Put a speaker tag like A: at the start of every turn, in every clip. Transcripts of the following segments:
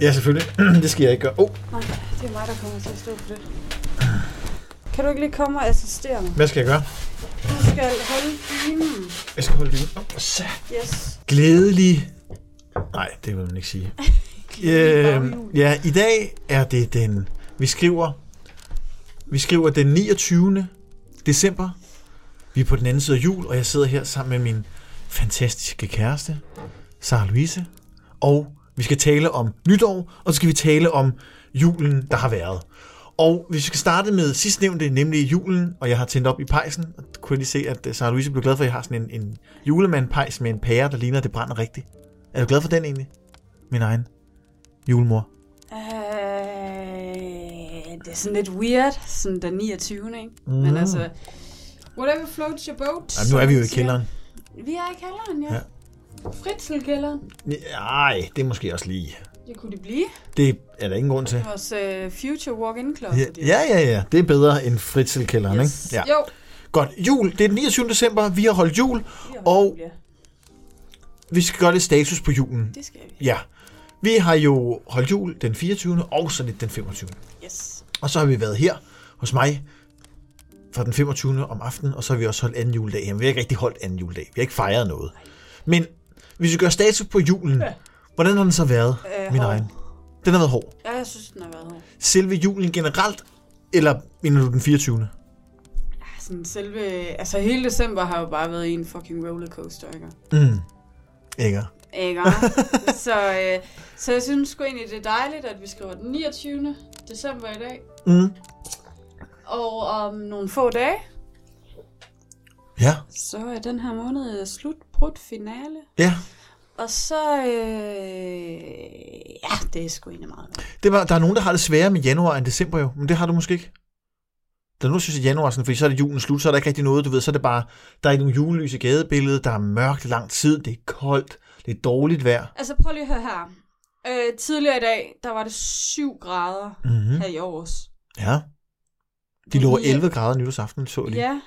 A: Ja, selvfølgelig. det skal jeg ikke gøre. Oh,
B: Nej, det er mig, der kommer til at stå for det. Kan du ikke lige komme og assistere mig?
A: hvad skal jeg gøre?
B: Du skal holde dynen.
A: Jeg skal holde dynen op. Oh, så.
B: Yes.
A: Glædelig... Nej, det vil man ikke sige. øh, ja, i dag er det den... Vi skriver... Vi skriver den 29. december. Vi er på den anden side af jul, og jeg sidder her sammen med min fantastiske kæreste, Sara Louise. Og vi skal tale om nytår, og så skal vi tale om julen, der har været. Og vi skal starte med sidstnævnte, nemlig julen, og jeg har tændt op i pejsen. Og der kunne jeg lige se, at øh, Sara Louise blev glad for, at jeg har sådan en, en julemandpejs med en pære, der ligner, at det brænder rigtigt. Er du glad for den egentlig? Min egen julemor.
B: Øh, det er sådan lidt weird, sådan den 29. Ikke? Mm. Men altså, whatever floats your boat.
A: Ej, nu er vi jo i kælderen.
B: Vi er i kælderen, ja.
A: Ja.
B: ja. Fritzelkælderen.
A: Nej, det er måske også lige.
B: Det kunne det blive.
A: Det er der ingen grund til.
B: Vores uh, future walk-in
A: Ja,
B: closet.
A: ja, ja. ja. Det er bedre end fritzelkælderen,
B: Yes.
A: ikke? Ja.
B: Jo.
A: Godt. Jul. Det er den 29. december. Vi har holdt jul. Og-
B: Ja,
A: Vi skal gøre lidt status på julen.
B: Det skal vi.
A: Ja. Vi har jo holdt jul den 24. og så lidt den 25.
B: Yes.
A: Og så har vi været her hos mig fra den 25. om aftenen, og så har vi også holdt anden juledag hjemme. Vi har ikke rigtig holdt anden juledag. Vi har ikke fejret noget. Men hvis vi gør status på julen, ja. hvordan har den så været,
B: Øh,
A: min
B: hård.
A: egen? Den har været hård.
B: Ja, jeg synes, den har været hård.
A: Selve julen generelt, eller mener du den 24.
B: Ja, Sådan selve... Altså, hele december har jo bare været en fucking rollercoaster, ikke?
A: Mm. Ikke?
B: Ikke? så, øh, så jeg synes sgu egentlig, det er dejligt, at vi skriver den 29. december i dag.
A: Mm.
B: Og om nogle få dage,
A: Ja,
B: så er den her måned slut, brudt finale.
A: ja.
B: Og så, øh, ja, det er sgu egentlig meget.
A: Det var, der er nogen, der har det sværere med januar end december jo, men det har du måske ikke. Der er nogen, der synes, at januar er sådan, fordi så er det julen slut, så er der ikke rigtig noget, du ved, så er det bare, der er ikke nogen julelys i gadebilledet, der er mørkt i lang tid, det er koldt, det er dårligt vejr.
B: Altså, prøv lige at høre her. Øh, tidligere i dag, der var det 7 grader
A: Mm-hmm.
B: her i års.
A: Ja. De lå
B: Ja.
A: 11 grader nytårsaften, så jeg lige.
B: Ja.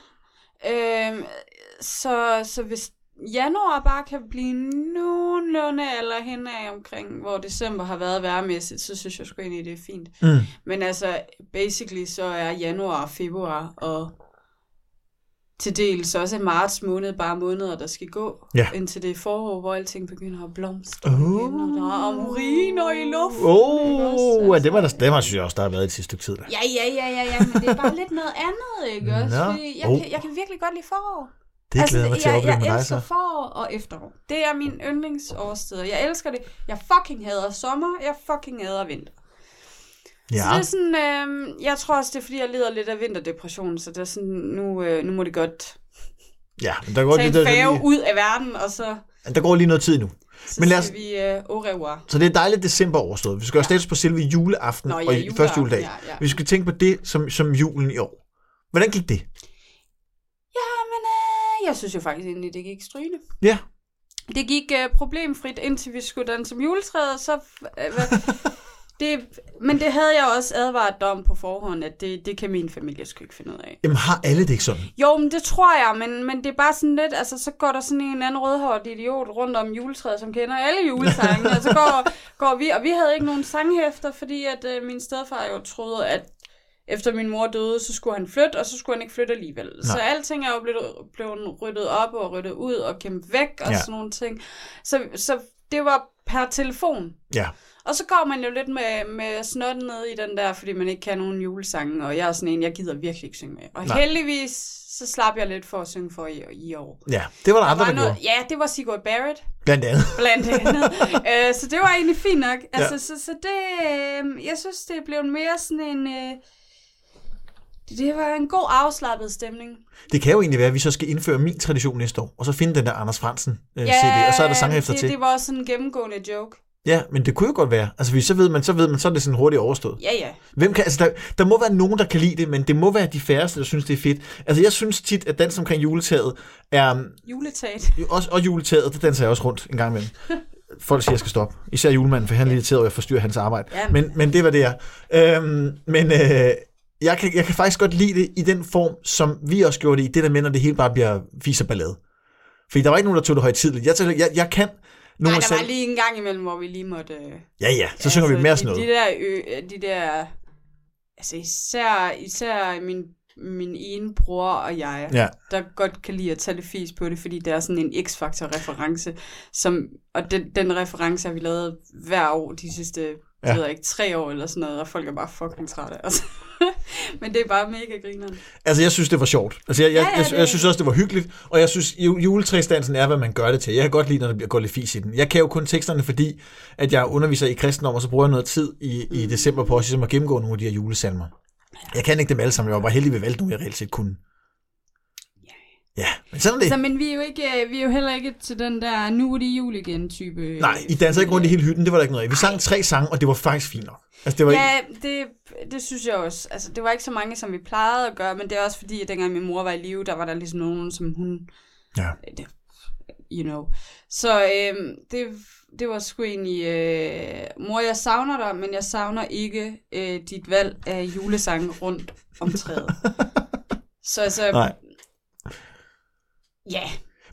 B: Øhm, så, så hvis januar bare kan blive nogenlunde eller henad omkring, hvor december har været værmæssigt, så synes jeg sgu egentlig, det er fint.
A: Mm.
B: Men altså, basically så er januar og februar og til dels også marts måned bare måneder, der skal gå,
A: Ja.
B: indtil det er forår, hvor alting begynder at blomstre
A: Åh.
B: igen, og der er amuriner i luften. ikke også?
A: Åh, oh,
B: Altså-
A: det var der, det var, synes jeg også, der har været i det sidste stykke tid. Der.
B: Ja, ja, ja, ja, ja, men det er bare lidt noget andet, ikke også?
A: Nå.
B: Fordi jeg,
A: Oh.
B: kan, jeg kan virkelig godt lide forår.
A: Det glæder jeg mig
B: Altså,
A: til at
B: jeg,
A: opleve
B: jeg
A: med dig
B: elsker
A: så.
B: forår og efterår. Det er min yndlingsårsteder. Jeg elsker det. Jeg fucking hader sommer. Jeg fucking hader vinter.
A: Ja,
B: Så det er sådan, øh, jeg tror også, det er, fordi jeg lider lidt af vinterdepression, så det er sådan, nu, øh, nu må det godt
A: ja, men der går,
B: tage
A: lige,
B: en
A: der,
B: færge
A: der,
B: ud af verden, og så,
A: lige, der går lige noget tid nu.
B: så
A: Men lad os-
B: siger vi øh, au revoir.
A: Så det er dejligt december overstået. Vi skal gøre status på selve juleaften
B: Nå, ja,
A: og i-
B: juleaften,
A: første juledag.
B: ja, ja.
A: Vi skal tænke på det som, som julen i år. Hvordan gik det?
B: Jamen, øh, jeg synes jo faktisk egentlig, det gik strygende.
A: Ja,
B: Det gik øh, problemfrit, indtil vi skulle danse som juletræet, og så... Øh, hvad- det, men det havde jeg også advaret dig om på forhånd, at det, det kan min familie sgu ikke finde ud af.
A: jamen har alle det ikke sådan?
B: Jo, men det tror jeg, men, men det er bare sådan lidt, altså så går der sådan en anden rødhåret idiot rundt om juletræet, som kender alle julesangene, og så går, går vi, og vi havde ikke nogen sanghæfter, fordi at øh, min stedfar jo troede, at efter min mor døde, så skulle han flytte, og så skulle han ikke flytte alligevel. Nej. Så alting er jo blevet, blevet ryddet op og ryddet ud og kæmpet væk og
A: Ja.
B: ja. sådan nogle ting. Så, så det var per telefon.
A: Ja.
B: Og så går man jo lidt med, med snotten ned i den der, fordi man ikke kan nogen julesange, og jeg er sådan en, jeg gider virkelig ikke synge med. Og
A: Nej.
B: Nej. heldigvis, så slap jeg lidt for at synge for i, i år.
A: Ja, det var der andre,
B: var
A: der gjorde.
B: ja, det var Sigurd Barrett,
A: Blandt andet.
B: blandt andet. øh, så det var egentlig fint nok. Altså, ja. så, så det, øh, jeg synes, det blev mere sådan en, øh, det var en god afslappet stemning.
A: Det kan jo egentlig være, at vi så skal indføre min tradition næste år, og så finde den der Anders Fransen øh, CD, og så er der sang efter
B: det,
A: til.
B: det var også sådan en gennemgående joke.
A: Ja, men det kunne jo godt være. Altså, hvis så ved man, så ved man, så er det sådan hurtigt overstået.
B: Ja, ja.
A: Hvem kan, altså der, der må være nogen, der kan lide det, men det må være de færreste, der synes, det er fedt. Altså, jeg synes tit, at dans omkring juletaget er, øhm,
B: Juletat.
A: Jo, også, og juletaget, det danser jeg også rundt en gang imellem. Folk siger, jeg skal stoppe. Især julemanden, for han er lidt irriteret, over, at jeg forstyrrer hans arbejde.
B: Ja,
A: men, men det var det, jeg. Øhm, men øh, jeg, kan, jeg kan faktisk godt lide det i den form, som vi også gjorde det i. Det der med, når det hele bare bliver vis og ballade. Fordi der var ikke nogen, der tog det højtidligt. Jeg, tænker, jeg, jeg kan
B: Nej,
A: af
B: der
A: selv-
B: var lige en gang imellem, hvor vi lige måtte... Øh,
A: Ja, ja, så synger vi mere sådan
B: de,
A: noget.
B: de der, ø, øh, de der... Altså især, især min, min ene bror og jeg,
A: Ja,
B: der godt kan lide at tage lidt fis på det, fordi det er sådan en X-Factor-reference, som, og den, den reference har vi lavet hver år de sidste, ja.
A: Ja.
B: jeg ved ikke, tre år eller sådan noget, og folk er bare fucking trætte. Altså. Men det er bare mega grineren.
A: altså jeg synes, det var sjovt. Altså jeg, jeg,
B: Ja, ja,
A: jeg,
B: det-
A: jeg, jeg synes også, det var hyggeligt, og jeg synes, ju- juletræsdansen er, hvad man gør det til. Jeg kan godt lide, når der bliver går lidt fis i den. Jeg kan jo kun teksterne, fordi at jeg underviser i kristendom, og så bruger jeg noget tid i,
B: Mm.
A: i december på også ligesom at gennemgå nogle af de her julesalmer. Jeg kan ikke dem alle sammen, jeg var bare heldig ved valgte nogle, jeg reelt set kunne. Ja, men sådan er det.
B: Så, men vi er, jo ikke, øh, vi er jo heller ikke til den der, nu er det jul igen type. øh,
A: Nej, I danser ikke rundt i hele hytten, det var der ikke noget af. Vi sang tre sange, og det var faktisk fint nok. Altså, det var ikke...
B: Ja, det, det synes jeg også. Altså, det var ikke så mange, som vi plejede at gøre, men det er også fordi, at dengang min mor var i live, der var der ligesom nogen, som hun... øh,
A: Ja.
B: Det- You know. Så øhm, det, det var sgu egentlig... Øh, mor, jeg savner dig, men jeg savner ikke øh, dit valg af julesange rundt om træet. så altså...
A: Nej.
B: Ja,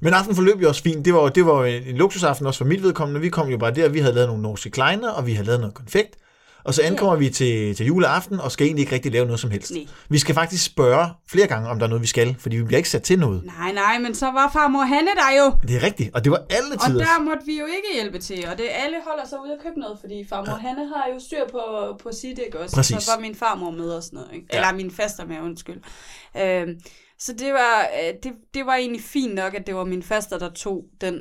A: Men aftenen forløb jo også fint. Det var, jo- det var jo en en luksusaften også for mit vedkommende. Vi kom jo bare der, vi havde lavet nogle norske kleiner, og vi havde lavet noget konfekt. Og så ankommer vi til, til juleaften, og skal egentlig ikke rigtig lave noget som helst.
B: nej.
A: Vi skal faktisk spørge flere gange, om der er noget, vi skal, fordi vi bliver ikke sat til noget.
B: Nej, nej, men så var farmor Hanne der jo.
A: Det er rigtigt, og det var alle
B: Og
A: tider.
B: der måtte vi jo ikke hjælpe til, og det alle holder sig ude og købe noget, fordi farmor ja. Hanne har jo styr på, på sit, ikke også?
A: Præcis.
B: Så var min farmor med og sådan noget, ikke?
A: Ja.
B: Eller min faster med, undskyld. Øhm, så det var, øh, det, det var egentlig fint nok, at det var min faster, der tog den.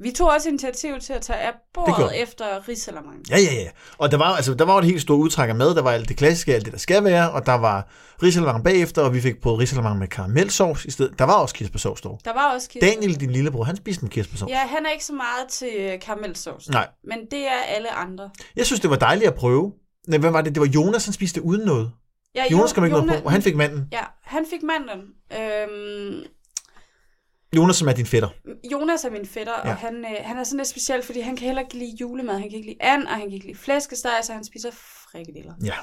B: Vi tog også initiativ til at tage af
A: gjorde
B: bordet
A: vi.
B: efter risalamande.
A: Ja, ja, ja. Og der var, altså, der var jo et helt stort udtræk af mad. Der var alt det klassiske, alt det, der skal være. Og der var risalemang bagefter, og vi fik på risalemang med karamelsovs i stedet. Der var også kirsebærsovs dog.
B: Der var også kirsebær.
A: Daniel, din lillebror, han spiste med kirsebærsovs.
B: Ja, han er ikke så meget til øh, karamelsauce,
A: Nej,
B: men det er alle andre.
A: jeg synes, det var dejligt at prøve. Nej, hvad var det? Det var Jonas, han spiste uden noget.
B: Ja,
A: Jonas kom ikke noget
B: Jonas-
A: på, og han fik manden.
B: Ja, han fik mandlen. Øhm,
A: Jonas, som er din fætter.
B: Jonas er min fætter, ja.
A: Ja.
B: og han, øh, han er sådan lidt speciel, fordi han kan heller ikke lide julemad, han kan ikke lide and, og han kan ikke lide flæskesteg, så han spiser frikadeller.
A: Ja.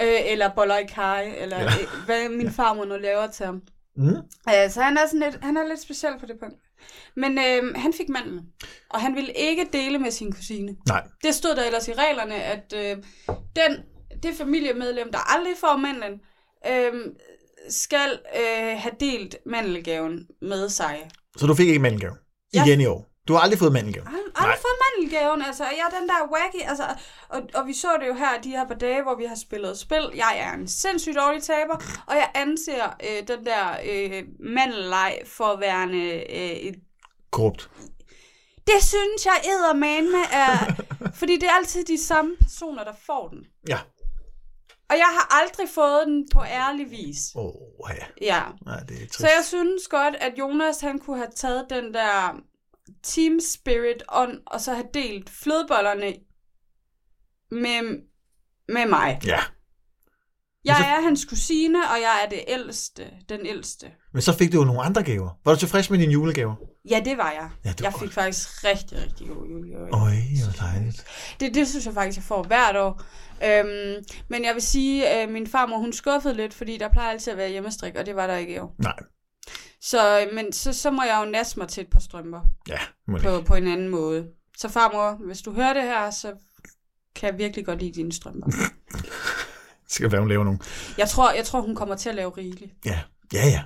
B: Øh, eller boller i kaj, eller ja.
A: Ja.
B: øh, hvad min farmor nu laver til ham.
A: Mm.
B: Øh, så han er, sådan lidt, han er lidt speciel på det punkt. Men øh, han fik mandlen, og han ville ikke dele med sin kusine.
A: Nej,
B: Det stod der ellers i reglerne, at øh, den, det familiemedlem, der aldrig får mandlen, øh, skal øh, have delt mandelgaven med sig.
A: så du fik ikke mandelgave.
B: Ja.
A: Igen i år. Du har aldrig fået mandelgave.
B: Ald- aldrig
A: Nej.
B: fået mandelgaven, altså. Og jeg er den der wacky, altså. Og, og vi så det jo her, de her par dage, hvor vi har spillet spil. Jeg er en sindssygt dårlig taber, og jeg anser øh, den der øh, mandelleg for værende... Øh, et-
A: Korrupt.
B: det synes jeg eddermane er... fordi det er altid de samme personer, der får den.
A: Ja.
B: Og jeg har aldrig fået den på ærlig vis.
A: Åh, oh, ja.
B: Ja.
A: Nej, det er trist.
B: Så jeg synes godt, at Jonas han kunne have taget den der team spirit on, og så have delt flødebollerne med, med mig.
A: Ja.
B: Jeg
A: Men så-
B: er hans kusine, og jeg er det ældste, den ældste.
A: Men så fik du jo nogle andre gaver. Var du tilfreds med dine julegaver?
B: Ja, det var jeg.
A: Ja, det var
B: jeg
A: godt.
B: fik faktisk rigtig, rigtig god julegave.
A: Øj, hvor dejligt.
B: Det, det synes jeg faktisk, jeg får hvert år. Øhm, men jeg vil sige, at øh, min farmor hun skuffede lidt, fordi der plejer altid at være hjemmestrik, og det var der ikke i år.
A: Nej,
B: Så, øh, men så, så må jeg jo nasse mig til et par strømper.
A: ja. Må
B: på, på en anden måde. Så farmor, hvis du hører det her, så kan jeg virkelig godt lide dine strømper.
A: Det skal være, hun laver nogle.
B: Jeg tror, jeg tror hun kommer til at lave rigeligt.
A: Ja, ja, ja.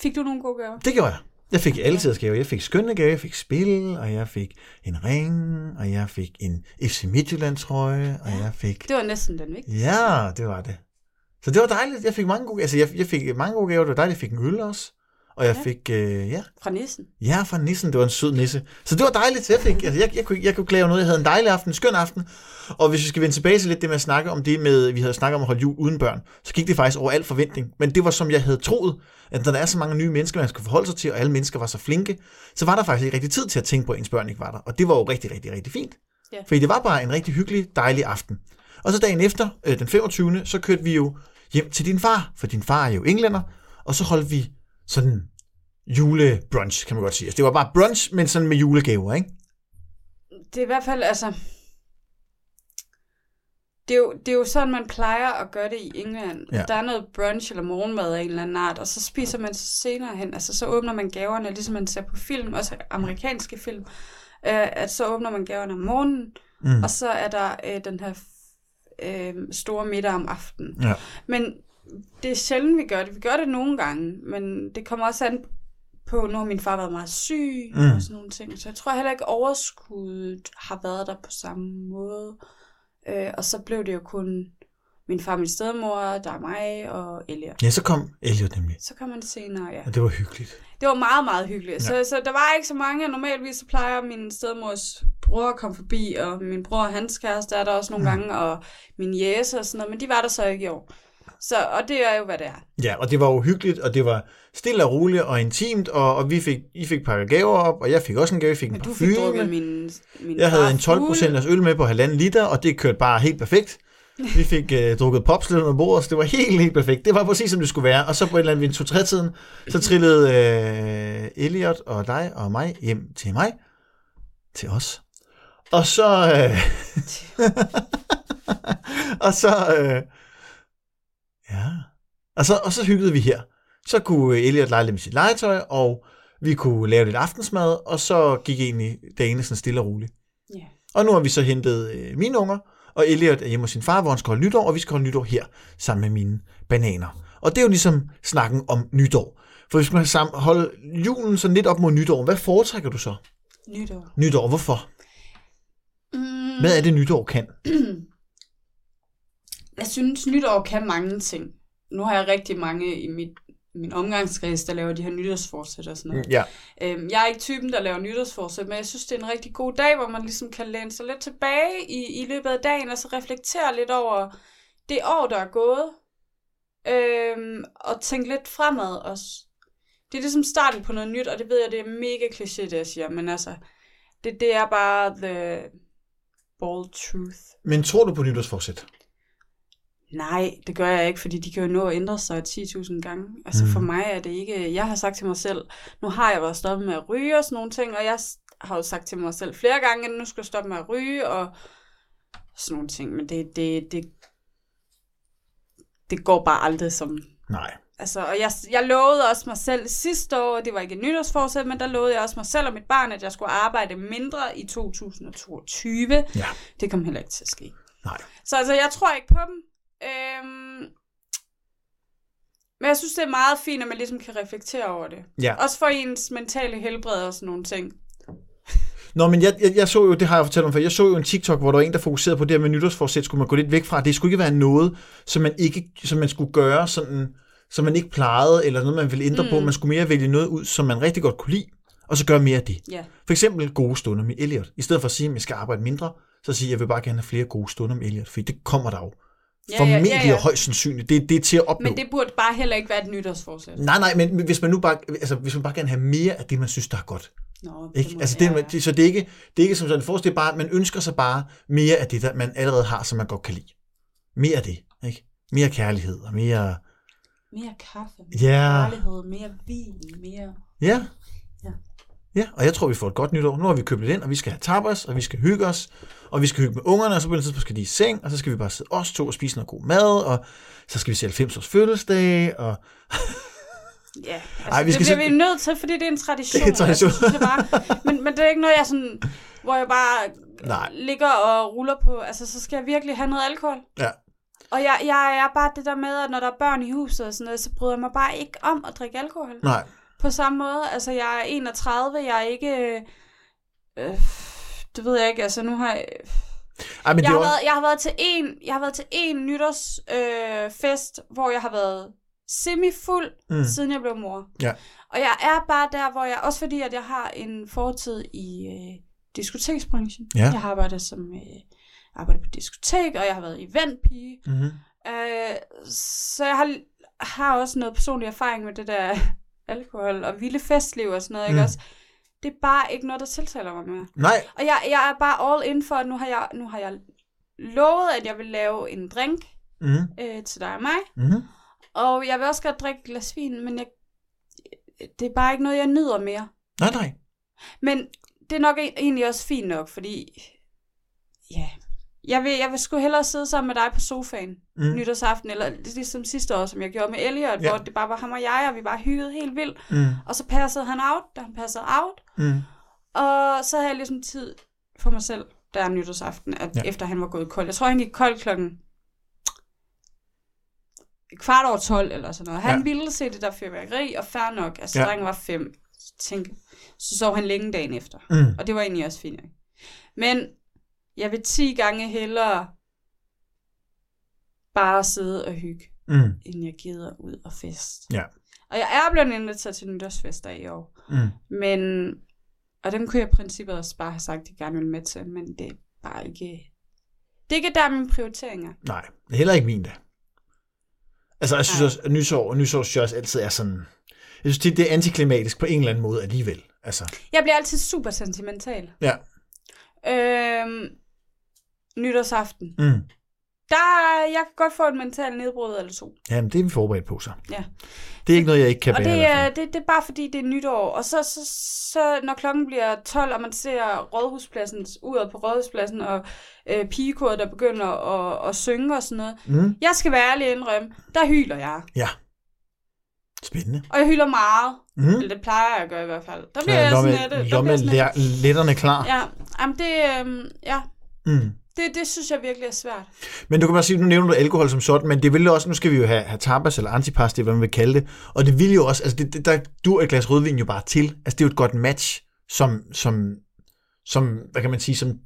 B: Fik du nogle gode gaver?
A: Det gjorde jeg. Jeg fik altid gaver. Jeg fik skønne gaver, jeg fik spil, og jeg fik en ring, og jeg fik en FC Midtjylland trøje, og jeg fik...
B: Det var næsten den vigtige.
A: Ja, det var det. Så det var dejligt. Jeg fik mange gode, altså jeg, jeg fik mange gode gaver. Det var dejligt. Jeg fik en øl også. Og jeg
B: Ja.
A: ja. fik, øh, ja,
B: Fra nissen.
A: ja, fra nissen. Det var en sød nisse. Så det var dejligt. Jeg, fik, altså jeg, jeg, kunne, jeg kunne klage noget. Jeg havde en dejlig aften, en skøn aften. Og hvis vi skal vende tilbage til lidt det med at snakke om det med, vi havde snakket om at holde jul uden børn, så gik det faktisk over al forventning. Men det var som jeg havde troet, at når der er så mange nye mennesker, man skal forholde sig til, og alle mennesker var så flinke, så var der faktisk ikke rigtig tid til at tænke på, at ens børn ikke var der. Og det var jo rigtig, rigtig, rigtig fint.
B: Ja.
A: Fordi det var bare en rigtig hyggelig, dejlig aften. Og så dagen efter, øh, den 25., så kørte vi jo hjem til din far, for din far er jo englænder, og så holdt vi sådan julebrunch, kan man godt sige. Altså, det var bare brunch, men sådan med julegaver, ikke?
B: Det er i hvert fald, altså... Det er, jo, det er jo sådan, man plejer at gøre det i England.
A: Ja.
B: Der er noget brunch eller morgenmad af en eller anden art, og så spiser man senere hen. Altså, så åbner man gaverne, ligesom man ser på film, også amerikanske film. øh, at så åbner man gaverne om morgenen,
A: Mm.
B: og så er der øh, den her øh, store middag om aftenen.
A: Ja.
B: Men det er sjældent, vi gør det. Vi gør det nogle gange, men det kommer også an på, nu har min far været meget syg
A: Mm.
B: mm. og sådan nogle ting. Så jeg tror heller ikke, overskuddet har været der på samme måde. Øh, og så blev det jo kun min far, min stedmor, der er mig og Elliot.
A: Ja, så kom Elliot nemlig.
B: Så kom man senere, ja.
A: Og det var hyggeligt.
B: Det var meget, meget hyggeligt. Ja. Så, så der var ikke så mange. og Normalvis så plejer min stedmors bror at komme forbi, og min bror og hans kæreste er der også nogle gange, og min jæse og sådan noget, men de var der så ikke i år. Så, og det er jo, hvad det er.
A: Ja, og det var jo hyggeligt, og det var stille og roligt og intimt, og, og vi fik, I fik pakket gaver op, og jeg fik også en gave, jeg fik en
B: Men du
A: parfume.
B: fik drukket min, min
A: Jeg havde en
B: far
A: 12 procenters øl med på halvanden liter, og det kørte bare helt perfekt. Vi fik øh, drukket pops lidt under bordet, så det var helt, helt perfekt. Det var præcis, som det skulle være. Og så på en eller anden to tre tiden så trillede øh, Elliot og dig og mig hjem til mig, til os. Og så... Øh,
B: fuld.
A: og så... Øh, ja. Og så, og så hyggede vi her. Så kunne øh, Elliot lege lidt med sit legetøj, og vi kunne lave lidt aftensmad, og så gik egentlig dagene sådan stille og roligt.
B: Ja.
A: Og nu har vi så hentet øh, mine unger, og Elliot er hjemme hos sin far, hvor han skal holde nytår, og vi skal holde nytår her, sammen med mine bananer. Og det er jo ligesom snakken om nytår. For hvis man sammen holde julen sådan lidt op mod nytår, hvad foretrækker du så?
B: Nytår.
A: Nytår, hvorfor?
B: Mm,
A: Hvad er det, nytår kan?
B: jeg synes, nytår kan mange ting. Nu har jeg rigtig mange i mit, min omgangskreds, der laver de her nytårsforsæt og sådan noget.
A: Ja,
B: Øhm, jeg er ikke typen, der laver nytårsforsæt, men jeg synes, det er en rigtig god dag, hvor man ligesom kan læne sig lidt tilbage i, i løbet af dagen, og så reflektere lidt over det år, der er gået, øhm, og tænke lidt fremad også. Det er ligesom starten på noget nyt, og det ved jeg, det er mega kliché, det jeg siger, men altså, det, det er bare the bold truth.
A: men tror du på nytårsforsæt?
B: Nej, det gør jeg ikke, fordi de kan jo nå at ændre sig 10.000 gange. Altså
A: Mm.
B: mm. for mig er det ikke... Jeg har sagt til mig selv, nu har jeg været stoppet med at ryge og sådan nogle ting, og jeg s- har jo sagt til mig selv flere gange, at nu skal jeg stoppe med at ryge og sådan nogle ting. Men det, det, det, det går bare aldrig som...
A: Nej.
B: Altså, og jeg, jeg lovede også mig selv sidste år, det var ikke et nytårsforsæt, men der lovede jeg også mig selv og mit barn, at jeg skulle arbejde mindre i 2022.
A: Ja.
B: Det kom heller ikke til at ske.
A: Nej.
B: Så altså, jeg tror ikke på dem. Øhm, men jeg synes, det er meget fint, at man ligesom kan reflektere over det.
A: Ja.
B: Også for ens mentale helbred og sådan nogle ting.
A: Nå, men jeg, jeg, jeg så jo, det har jeg fortalt om før, jeg så jo en TikTok, hvor der var en, der fokuserede på det her med nytårsforsæt, skulle man gå lidt væk fra. Det skulle ikke være noget, som man, ikke, som man skulle gøre sådan, som man ikke plejede, eller noget, man ville ændre mm. på. Man skulle mere vælge noget ud, som man rigtig godt kunne lide, og så gøre mere af det.
B: Ja.
A: For eksempel gode stunder med Elliot. I stedet for at sige, at jeg skal arbejde mindre, så sige, at jeg vil bare gerne have flere gode stunder med Elliot, for det kommer der jo.
B: Ja, ja,
A: Formentlig
B: ja, ja.
A: og højst sandsynligt. Det, det er til at opnå.
B: Men det burde bare heller ikke være et nytårsforsæt.
A: Nej, nej, men hvis man nu bare, altså, hvis man bare gerne vil have mere af det, man synes, der er godt.
B: Nå,
A: Ikke?
B: må-
A: Altså det,
B: ja,
A: man,
B: ja.
A: det, så det er, ikke, det er ikke som sådan en forskel, det er bare, at man ønsker sig bare mere af det, der man allerede har, som man godt kan lide. Mere af det, ikke? Mere kærlighed og mere...
B: Mere kaffe, mere
A: Ja,
B: kærlighed, mere vin, mere...
A: ja.
B: Ja.
A: Ja, og jeg tror, vi får et godt nytår. Nu har vi købt lidt ind, og vi skal have tapas, og vi skal hygge os, og vi skal hygge med ungerne, og så på et tidspunkt skal de i seng, og så skal vi bare sidde os to og spise noget god mad, og så skal vi se 90 års fødselsdag, og
B: Ja, altså,
A: Ej,
B: Ej,
A: vi
B: vi
A: skal
B: det bliver
A: se-
B: vi nødt til, fordi det er en tradition.
A: Det er en tradition.
B: Altså, synes jeg bare. Men, men det er ikke noget, jeg sådan, hvor jeg bare
A: Nej.
B: ligger og ruller på. Altså, så skal jeg virkelig have noget alkohol.
A: ja,
B: Og jeg, jeg er bare det der med, at når der er børn i huset og sådan noget, så bryder jeg mig bare ikke om at drikke alkohol.
A: nej,
B: På samme måde, altså jeg er 31, jeg er ikke... Øh, det ved jeg ikke, altså nu har jeg...
A: Ej, men
B: Jeg
A: det
B: har,
A: er også,
B: været, jeg har været til en, jeg har været til en nytårsfest, øh, fest, hvor jeg har været semifuld,
A: Mm.
B: mm. siden jeg blev mor.
A: Ja.
B: Og jeg er bare der, hvor jeg, også fordi at jeg har en fortid i øh, diskoteksbranchen.
A: Ja.
B: Jeg har arbejdet som, øh, arbejdet på diskotek, og jeg har været eventpige.
A: mm-hmm.
B: Øh, så jeg har, har også noget personlig erfaring med det der alkohol og vilde festliv og sådan noget, mm. ikke
A: Mm.
B: også? Det er bare ikke noget, der tiltaler mig mere.
A: nej,
B: Og jeg, jeg er bare all in for, at nu har jeg, nu har jeg lovet, at jeg vil lave en drink
A: mm-hmm.
B: øh, til dig og mig.
A: Mm-hmm.
B: Og jeg vil også godt drikke et glas vin, men jeg, det er bare ikke noget, jeg nyder mere.
A: nej, nej,
B: Men det er nok e- egentlig også fint nok, fordi... Ja, jeg vil, jeg vil sgu hellere sidde sammen med dig på sofaen
A: Mm.
B: mm. nytårsaften, eller ligesom sidste år, som jeg gjorde med Elliot,
A: Ja.
B: ja. hvor det bare var ham og jeg, og vi bare hyggede helt vildt.
A: mm
B: Og så passede han out, da han passede out,
A: Mm.
B: Og så havde jeg ligesom tid for mig selv, der er nytårsaften, at
A: Ja.
B: ja. efter han var gået kold. Jeg tror, han gik kold klokken kvart over 12 eller sådan noget. Han
A: Ja.
B: ja. ville se det der fyrværkeri, og fair nok, altså
A: Ja.
B: ja. drengen var fem. Så tænkte, så sov han længe dagen efter.
A: Mm.
B: Og det var egentlig også fint. nok. Men jeg vil 10 gange hellere bare sidde og hygge,
A: Mm.
B: end jeg gider ud og fest.
A: Ja.
B: Og jeg er blevet inviteret til nytårsfester i år.
A: Mm.
B: Men, og dem kunne jeg i princippet også bare have sagt, at jeg gerne ville med til, men det er bare ikke... Det er ikke der er mine prioriteringer.
A: Nej, heller ikke min da. Altså, jeg synes
B: Nej.
A: også, at nysår, nysårsjørs altid er sådan... Jeg synes tit, det er antiklimatisk på en eller anden måde alligevel. Altså,
B: Jeg bliver altid super sentimental.
A: ja.
B: Øhm, nytårsaften.
A: Mm.
B: Der, jeg kan godt få et mental nedbrud eller to.
A: Jamen, det er vi forberedt på så.
B: Ja.
A: Det er ikke noget, jeg ikke kan
B: Og
A: bære.
B: det
A: i hvert fald.
B: er, det, det er bare fordi, det er nytår. Og så, så, så når klokken bliver 12, og man ser rådhuspladsen, uret på rådhuspladsen, og øh, pigekoret, der begynder at, at synge og sådan noget.
A: Mm.
B: Jeg skal være ærlig og indrømme, der hyler jeg.
A: Ja. Spændende.
B: Og jeg hyler meget.
A: Mm.
B: Eller det plejer jeg at gøre i hvert fald. Der bliver
A: Ja,
B: jeg
A: lomme,
B: sådan lidt... der bliver
A: lomme
B: jeg sådan lidt-
A: letterne klar.
B: Ja, jamen det, øhm, ja.
A: Mm.
B: Det, det synes jeg virkelig er svært.
A: Men du kan bare sige, nu nævner du alkohol som sådan, men det vil jo også, nu skal vi jo have, have tapas eller antipas, det er, hvad man vil kalde det, og det vil jo også, altså det, det, der dur et glas rødvin jo bare til, altså det er jo et godt match, som, som, som hvad kan man sige, som,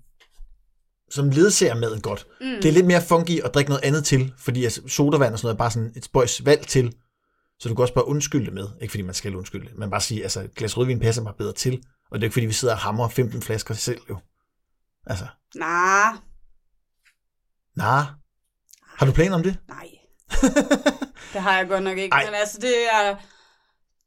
A: som ledsager maden godt. Mm. Det er lidt mere funky at drikke noget andet til, fordi altså, sodavand og sådan noget er bare sådan et spøjs valg til, så du kan også bare undskylde det med, ikke fordi man skal undskylde det, men bare sige, altså et glas rødvin passer bare bedre til, og det er ikke fordi, vi sidder og hamrer 15 flasker selv jo. Altså,
B: Nej,
A: nej. Har du planer om det?
B: nej. det har jeg godt nok ikke.
A: Ej.
B: Ej. Men altså, det er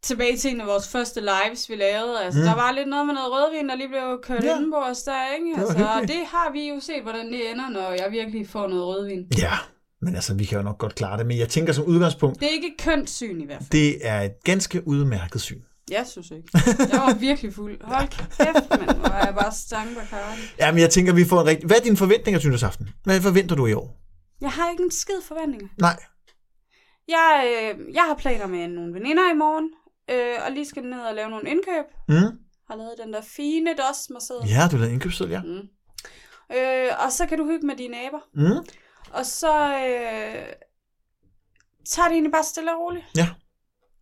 B: tilbage til en af vores første lives, vi lavede. Altså,
A: Mm.
B: mm. der var lidt noget med noget rødvin, der lige blev kørt
A: Ja.
B: ja. indenbords der, ikke?
A: var
B: Altså, og
A: hyggeligt.
B: det har vi jo set, hvordan det ender, når jeg virkelig får noget rødvin.
A: Ja, men altså, vi kan jo nok godt klare det. Men jeg tænker som udgangspunkt,
B: Det er ikke et kønt syn i hvert fald.
A: det er et ganske udmærket syn.
B: Jeg synes ikke. Jeg var virkelig fuld. Hold kæft, mand. Hvor er jeg bare stank og karne.
A: Jamen, jeg tænker, vi får en rigtig... Hvad er dine forventninger til nytårsaften? Hvad forventer du i år?
B: Jeg har ikke en skid forventninger.
A: Nej.
B: Jeg, øh, jeg har planer med nogle veninder i morgen, øh, og lige skal ned og lave nogle indkøb.
A: Mm?
B: Har lavet den der fine dos marcel
A: Ja, du lavede indkøbsseddel, ja.
B: Mm. Øh, og så kan du hygge med dine naboer.
A: Mm?
B: Og så øh, tager det egentlig bare stille og roligt.
A: Ja.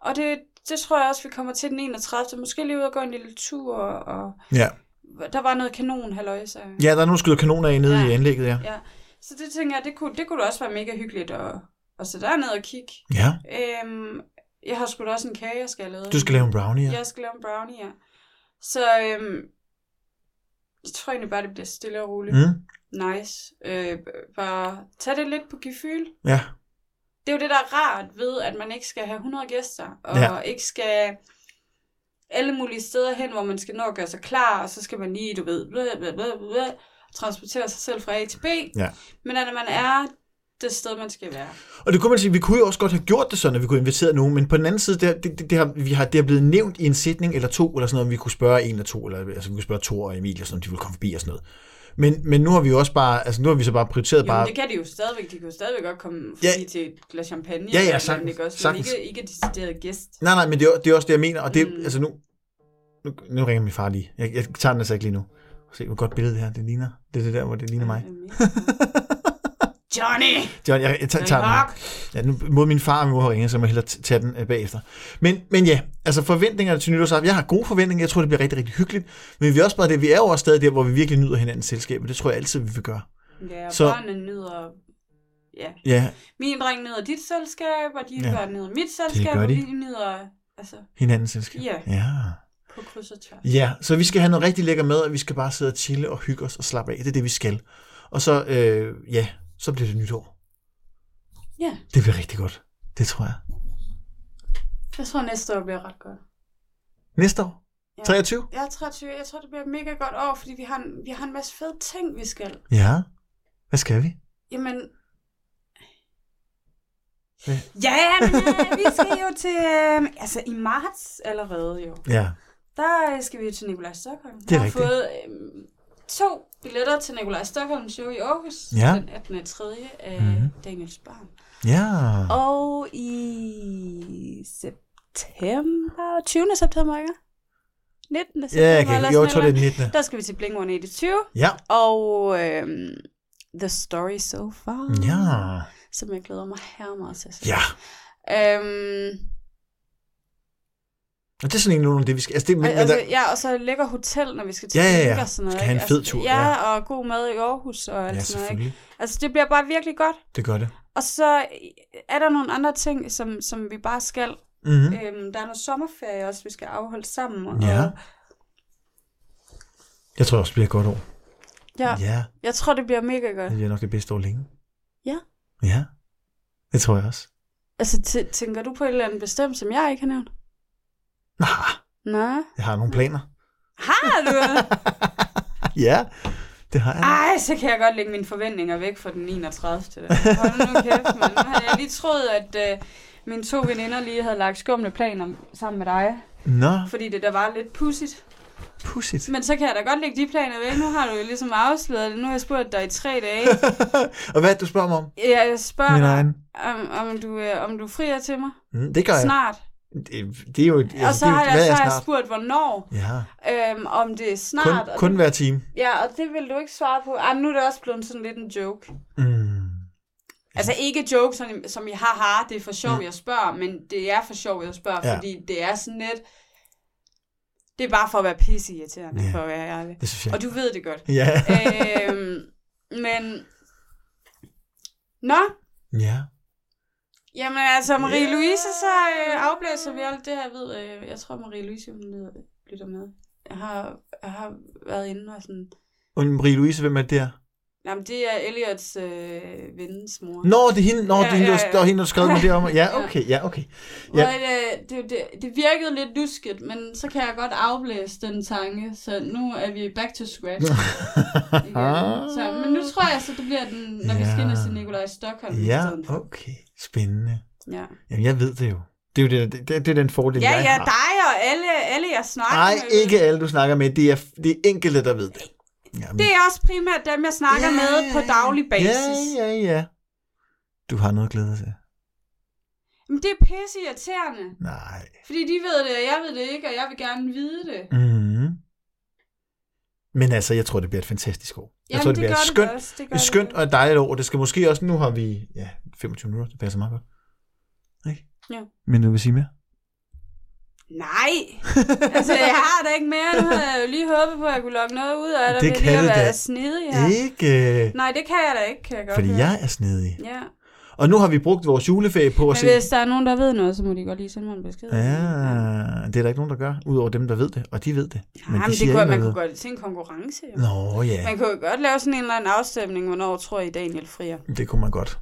B: Og det, det tror jeg også, vi kommer til den 31. Måske lige ud og gå en lille tur, og, og
A: Ja.
B: der var noget kanon, halløj, så...
A: ja, der er nogle skyder kanoner af nede ja.
B: Ja.
A: i anlægget, ja.
B: ja. Så det tænker jeg, det kunne, det kunne da også være mega hyggeligt at, at sætte derned og kigge.
A: Ja,
B: Øhm, jeg har sgu da også en kage, jeg skal have lavet.
A: du skal lave en brownie, ja.
B: Jeg skal lave en brownie, ja. Så øhm, jeg tror egentlig bare, det bliver stille og roligt.
A: Mm?
B: Nice. Øh, bare tag det lidt på gefyl.
A: Ja,
B: Det er jo det, der er rart ved, at man ikke skal have 100 gæster, og
A: Ja.
B: ja. ikke skal alle mulige steder hen, hvor man skal nå at gøre sig klar, og så skal man lige, du ved, bla, bla, bla, bla, transportere sig selv fra A til B.
A: Ja.
B: Men at man er det sted, man skal være.
A: og det kunne man sige, vi kunne jo også godt have gjort det sådan, at vi kunne invitere nogen, men på den anden side, det, har- det, det, det, har, vi har, det er blevet nævnt i en sætning eller to, eller sådan noget, om vi kunne spørge en eller to, eller altså, vi kunne spørge Thor og Emil, og sådan, om de ville komme forbi og sådan noget. Men, men nu har vi jo også bare, altså nu har vi så bare prioriteret
B: Jo,
A: bare...
B: men det kan de jo stadigvæk. De kan jo stadigvæk godt komme
A: Ja.
B: forbi ja. til et glas champagne.
A: Ja, ja,
B: eller et eller
A: sagtens,
B: andet, ikke også? Men
A: sagtens.
B: ikke, ikke decideret gæst.
A: Nej, nej, men det er, det er også det, jeg mener. Og det, mm.
B: Mm.
A: altså nu, nu, nu ringer min far lige. Jeg, jeg tager den altså ikke lige nu. Se, hvor godt billede det her. Det ligner. Det er det der, hvor det ligner mig.
B: Mm. Johnny!
A: John, jeg, jeg tager,
B: Johnny
A: tager
B: Hawk!
A: den. Ja, nu, mod min far og min mor har ringet, så jeg må hellere t- tage den øh, bagefter. Men, men ja, altså forventningerne til nytårsaften. Jeg har gode forventninger. Jeg tror, det bliver rigtig, rigtig hyggeligt. Men vi er også bare det. Vi er jo også stadig der, hvor vi virkelig nyder hinandens selskab. Og det tror jeg altid, vi vil gøre.
B: Ja,
A: Så-
B: så... børnene nyder... Ja,
A: Ja,
B: min dreng nyder dit selskab, og dine
A: Ja.
B: ja. børn nyder mit selskab,
A: gør
B: og
A: de.
B: vi nyder altså,
A: hinandens selskab.
B: Ja.
A: ja.
B: på kryds og tværs.
A: Ja, så vi skal have noget rigtig lækker med, og vi skal bare sidde og chille og hygge os og slappe af. Det er det, vi skal. Og så, øh, ja, så bliver det nytår.
B: Ja,
A: Det bliver rigtig godt. Det tror jeg.
B: jeg tror næste år bliver ret godt.
A: Næste år?
B: Ja.
A: 23?
B: Jeg er 23, jeg tror det bliver et mega godt år, fordi vi har, en, vi har en masse fede ting, vi skal.
A: Ja. Hvad skal vi?
B: Jamen...
A: Ja.
B: Ja, men øh, vi skal jo til... Øh, altså i marts allerede jo.
A: Ja.
B: Der øh, skal vi jo til Nikolaj Stockholm.
A: Det er
B: jeg har
A: rigtigt.
B: fået øh, to billetter til Nikolaj Stockholm show i Aarhus.
A: Ja.
B: Den 18. 3. af
A: Mhm.
B: mm-hmm. Daniel Sparm.
A: Ja.
B: Og i september, 20. september, ikke? 19.
A: Ja, jeg, kan, jo, jeg tror, det er den 19.
B: Der skal vi til Blink-182
A: Ja.
B: og øhm, The Story So Far,
A: Ja.
B: som jeg glæder mig her meget til. at se.
A: Ja.
B: Øhm,
A: Og det er sådan en nogenlunde det, vi skal... Altså, det, men, men
B: altså,
A: der,
B: ja, og så lækker hotel, når vi skal til
A: Ja, ja, ja.
B: Blink og sådan noget.
A: Skal have
B: ikke?
A: en fed
B: Altså,
A: tur,
B: Ja,
A: ja.
B: og god mad i Aarhus og alt
A: ja,
B: sådan noget. Ikke?
A: selvfølgelig.
B: Altså, det bliver bare virkelig godt.
A: Det gør det.
B: Og så er der nogle andre ting, som, som vi bare skal.
A: Mm-hmm.
B: Øhm, der er noget sommerferie også, vi skal afholde sammen. Og,
A: Ja. Jeg tror også, det bliver et godt år.
B: ja.
A: ja. Mm.
B: Jeg tror, det bliver mega godt.
A: Det bliver nok det bedste år længe.
B: Ja.
A: Ja. Det tror jeg også.
B: Altså, tæ- tænker du på et eller andet bestemt, som jeg ikke har nævnt?
A: Nej,
B: Nej.
A: jeg har
B: Mm.
A: nogle planer.
B: Har du?
A: ja, det har jeg. nok.
B: Ej, så kan jeg godt lægge mine forventninger væk for den 31. Der. Hold nu kæft, mand. Nu havde jeg lige troet, at øh, mine to veninder lige havde lagt skumle planer sammen med dig.
A: Nå,
B: Fordi det der var lidt pudsigt.
A: pudsigt.
B: Men så kan jeg da godt lægge de planer væk. Nu har du jo ligesom afsløret det. Nu har jeg spurgt dig i tre dage.
A: Og hvad er det, du spørger mig om?
B: Jeg spørger
A: Min
B: dig,
A: egen.
B: om, om, du, øh, om du frier til mig
A: Mm, det gør jeg.
B: snart.
A: Det, det er jo...
B: og så
A: det er
B: har
A: jo,
B: jeg,
A: hvad
B: så
A: er
B: har jeg
A: snart?
B: spurgt, hvornår.
A: Ja,
B: Øhm, om det er snart.
A: kun,
B: og
A: kun
B: det,
A: hver time.
B: Ja, og det vil du ikke svare på. Ej, men nu er det også blevet sådan lidt en joke.
A: Mm.
B: Altså ikke joke, som, som i haha, det er for sjov, jeg spørger, men det er for sjov, jeg spørger,
A: Mm. Ja.
B: ja. fordi det er sådan lidt... Det er bare for at være pisseirriterende,
A: Ja.
B: for at være ærlig.
A: Det synes jeg.
B: Og du ved det godt.
A: Ja.
B: øhm, men... Nå,
A: ja.
B: Jamen altså, Marie-Louise, så øh, afblæser vi alt det her ved. Øh, jeg tror, Marie-Louise, hun lyder- lytter med. Jeg har, jeg har været inde og sådan...
A: Og Marie-Louise, hvem er det der?
B: Jamen, det er Elliots øh, vens mor.
A: Nå, det er hende, Nå,
B: Ja,
A: det er hende,
B: ja,
A: der,
B: ja.
A: der, er hende, der skrev mig derom. Ja, okay, ja, okay.
B: Ja. Og, øh, det, det, det virkede lidt lusket, men så kan jeg godt afblæse den tanke, så nu er vi back to scratch igen. Så, men nu tror jeg, så det bliver den, når vi skal ind og
A: Ja.
B: se Nikolaj Stockholm i
A: Ja,
B: stedet. for.
A: okay. Spændende.
B: Ja.
A: Jamen, jeg ved det jo. Det er jo det, det, det er den fordel,
B: ja,
A: jeg
B: ja,
A: har.
B: dig og alle, alle jeg snakker
A: Nej,
B: med.
A: ikke alle, du snakker med. Det er, det er enkelte, der ved det. Jamen,
B: Det er også primært dem, jeg snakker
A: ja,
B: med på daglig basis.
A: Ja, ja, ja. Du har noget at glæde dig til.
B: Men det er pisse irriterende.
A: Nej.
B: Fordi de ved det, og jeg ved det ikke, og jeg vil gerne vide det.
A: Mm. Men altså, jeg tror, det bliver et fantastisk år. jeg
B: Jamen,
A: tror, det, bliver
B: gør
A: et skønt,
B: det også. Det gør
A: et skønt
B: det.
A: og et dejligt år. Det skal måske også, nu har vi ja, 25 minutter, det passer meget godt. Ikke?
B: Ja.
A: Men du vil sige mere?
B: Nej! Altså, jeg har da ikke mere. Nu havde jeg jo lige håbet på, at jeg kunne lokke noget ud af det.
A: Det
B: Det
A: kan
B: kan
A: du
B: lige at være
A: da
B: snedig her.
A: Ikke,
B: Nej, det kan jeg da ikke, kan jeg godt
A: fordi
B: høre.
A: jeg er snedig.
B: Ja.
A: Og nu har vi brugt vores juleferie på at
B: Men
A: se...
B: hvis der er nogen, der ved noget, så må de godt lige sende mig en besked.
A: Ja, det er der ikke nogen, der gør, udover dem, der ved det, og de ved det.
B: Men, Jamen, det
A: siger
B: kunne,
A: ikke
B: man
A: noget.
B: kunne godt til en konkurrence. Jo.
A: Nå ja,
B: Man kunne jo godt lave sådan en eller anden afstemning, hvornår tror I Daniel frier.
A: det kunne man godt.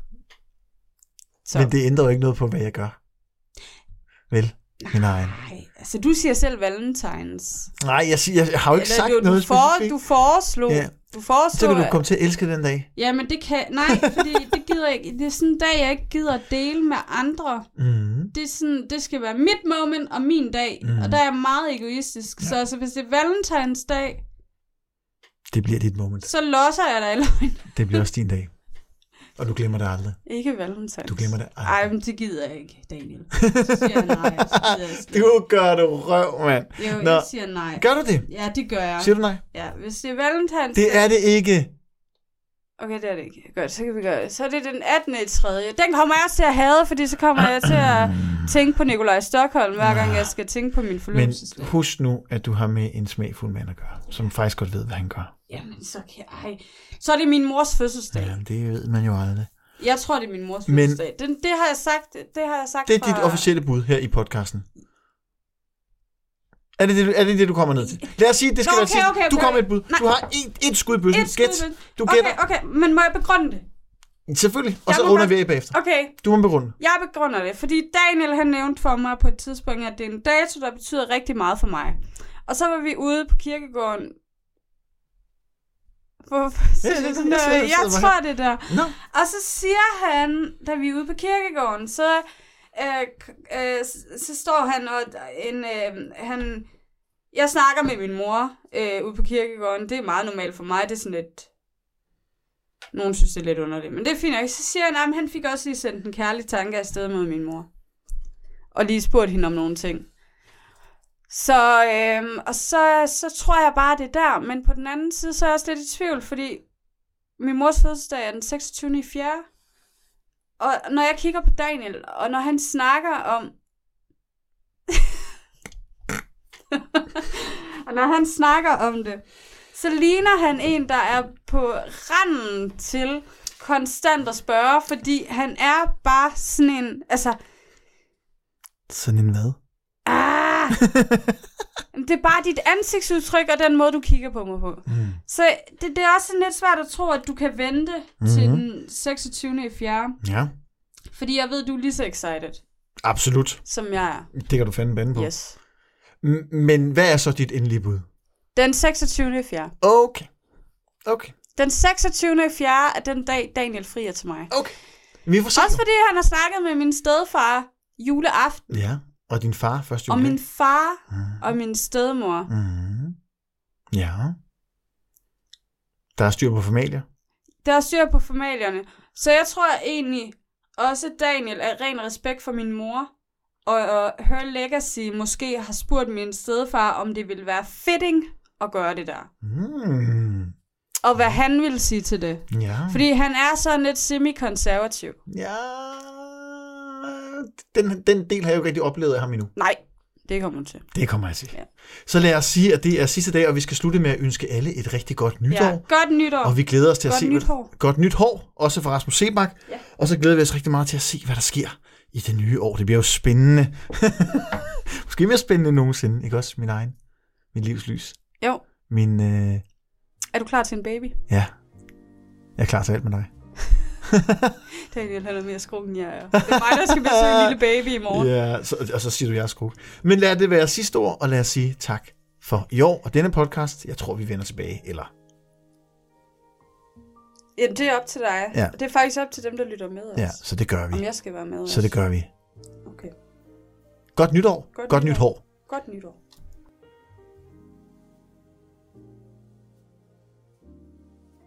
B: Så.
A: Men det ændrer jo ikke noget på, hvad jeg gør. Vel, min egen.
B: Nej, altså du siger selv valentines.
A: Nej, jeg, siger, jeg har jo ikke sagt
B: du,
A: noget
B: du, for, du foreslog.
A: Ja.
B: Ja. Du foreslog.
A: Så kan du
B: at-
A: komme til at elske den dag.
B: Jamen det kan... Nej, fordi det gider jeg ikke. Det er sådan en dag, jeg ikke gider at dele med andre.
A: Mm.
B: Det, er sådan, det skal være mit moment og min dag.
A: Mhm.
B: Mm. Og der er jeg meget egoistisk. Ja. Så altså, hvis det er valentines dag,
A: Det bliver dit moment.
B: så losser jeg dig i løgn.
A: Det bliver også din dag. Og du glemmer det aldrig.
B: Ikke valentines.
A: Du glemmer det aldrig.
B: Ej, men det gider jeg ikke, Daniel. Så siger jeg nej. Så gider jeg slet
A: Du
B: ikke.
A: gør det røv, mand.
B: Jo,
A: Nå.
B: jeg siger nej.
A: Gør du det?
B: Ja, det gør jeg.
A: Siger du nej?
B: Ja, hvis det er valentines
A: Det er det ikke.
B: Okay, det er det ikke. Godt, så kan vi gøre det. Så er det den 18. i 3. Den kommer jeg også til at hade, fordi så kommer jeg til at
A: Mm.
B: tænke på Nikolaj Stockholm, hver gang jeg skal tænke på min
A: Ah. Men
B: forløbelsesdag.
A: husk nu, at du har med en smagfuld mand at gøre, som faktisk godt ved, hvad han gør.
B: Jamen, så kan jeg... Ej. Så er det min mors fødselsdag.
A: Ja, det ved man jo aldrig.
B: Jeg tror, det er min mors
A: Men-
B: fødselsdag. Den, det har jeg sagt, det har jeg sagt
A: Det er dit
B: fra-
A: officielle bud her i podcasten. Er det det, du- er det, det du kommer ned til? Lad os sige, det skal
B: Nå,
A: være
B: okay,
A: sidst.
B: okay,
A: Du
B: okay.
A: kommer med et bud. Du har et, et skud i bøssen.
B: Et skud i
A: Gæt.
B: bøssen.
A: Du gætter.
B: Okay, okay, men må jeg begrunde det?
A: Selvfølgelig. Og
B: Jeg
A: så
B: må
A: runder
B: godt-
A: vi af bagefter.
B: Okay,
A: Du må begrunde.
B: jeg begrunder det, fordi Daniel han nævnte for mig på et tidspunkt, at det er en dato, der betyder rigtig meget for mig. Og så var vi ude på kirkegården. Hvorfor siger
A: det-
B: du
A: det-
B: sådan
A: jeg
B: noget?
A: sidder- jeg
B: Jeg
A: sidder bare
B: tror det der.
A: Nå.
B: Og så siger han, da vi er ude på kirkegården, så, øh, k- øh, s- så står han og en, øh, han, jeg snakker med min mor øh, ude på kirkegården. Det er meget normalt for mig. Det er sådan lidt... Nogen synes, det er lidt underligt, men det er fint nok. Så siger han, at han fik også lige sendt en kærlig tanke afsted mod min mor. Og lige spurgt hende om nogle ting. Så, øhm, og så, så tror jeg bare, det er der. Men på den anden side, så er jeg også lidt i tvivl, fordi min mors fødselsdag er den 26. i 4. Og når jeg kigger på Daniel, og når han snakker om... og når han snakker om det, så ligner han en, der er på randen til konstant at spørge, fordi han er bare sådan en... Altså,
A: Sådan en hvad?
B: ah, det er bare dit ansigtsudtryk og den måde, du kigger på mig på.
A: Mm.
B: Så det, det er også sådan lidt svært at tro, at du kan vente mm-hmm. til den 26. i 4.
A: Ja,
B: Fordi jeg ved, du er lige så excited,
A: absolut.
B: som jeg er.
A: Det kan du fandme bande på.
B: Yes.
A: M- Men hvad er så dit endelige bud?
B: Den 26. i 4.
A: Okay. Okay.
B: Den 26. i 4. er den dag, Daniel frier til mig.
A: Okay. Vi får se.
B: Også
A: jo.
B: fordi han har snakket med min stedfar juleaften,
A: Ja, og din far første
B: og
A: jule.
B: min far og min stedmor.
A: Mm. Ja. Der er styr på familier.
B: Der er styr på formalierne. Så jeg tror egentlig også, Daniel er ren respekt for min mor. Og, og Her Legacy måske har spurgt min stedfar, om det ville være fitting at gøre det der.
A: Mm.
B: Og hvad han ville sige til det.
A: Ja.
B: Fordi han er sådan lidt semi-konservativ.
A: Ja. Den, den del har jeg jo ikke rigtig oplevet af ham endnu.
B: Nej, det kommer hun til.
A: Det kommer jeg til.
B: Ja.
A: Så lad os sige, at det er sidste dag, og vi skal slutte med at ønske alle et rigtig godt nytår.
B: Ja, godt nytår.
A: Og vi glæder os til at
B: Godt
A: se...
B: nyt
A: hvad-
B: hår.
A: Godt nyt hår, også for Rasmus Sebak.
B: Ja.
A: Og så glæder vi os rigtig meget til at se, hvad der sker i det nye år. Det bliver jo spændende. Måske mere spændende end nogensinde, ikke også? Min egen. Mit livs lys.
B: Jo,
A: Min, øh,
B: er du klar til en baby?
A: ja. Jeg er klar til alt med dig.
B: Daniel, han er mere skrukken, end jeg er. Det er mig, der skal besøge en lille baby i morgen.
A: Ja, så, og så siger du, jeg er skru. Men lad det være sidste ord, og lad os sige tak for i år og denne podcast. Jeg tror, vi vender tilbage, eller
B: Ja, det er op til dig.
A: Ja.
B: Det er faktisk op til dem, der lytter med os.
A: ja, så det gør vi.
B: Om jeg skal være med
A: Så
B: også.
A: det gør vi.
B: Okay.
A: Godt nytår.
B: Godt
A: Godt nyt
B: nytår.
A: hår.
B: Godt nytår.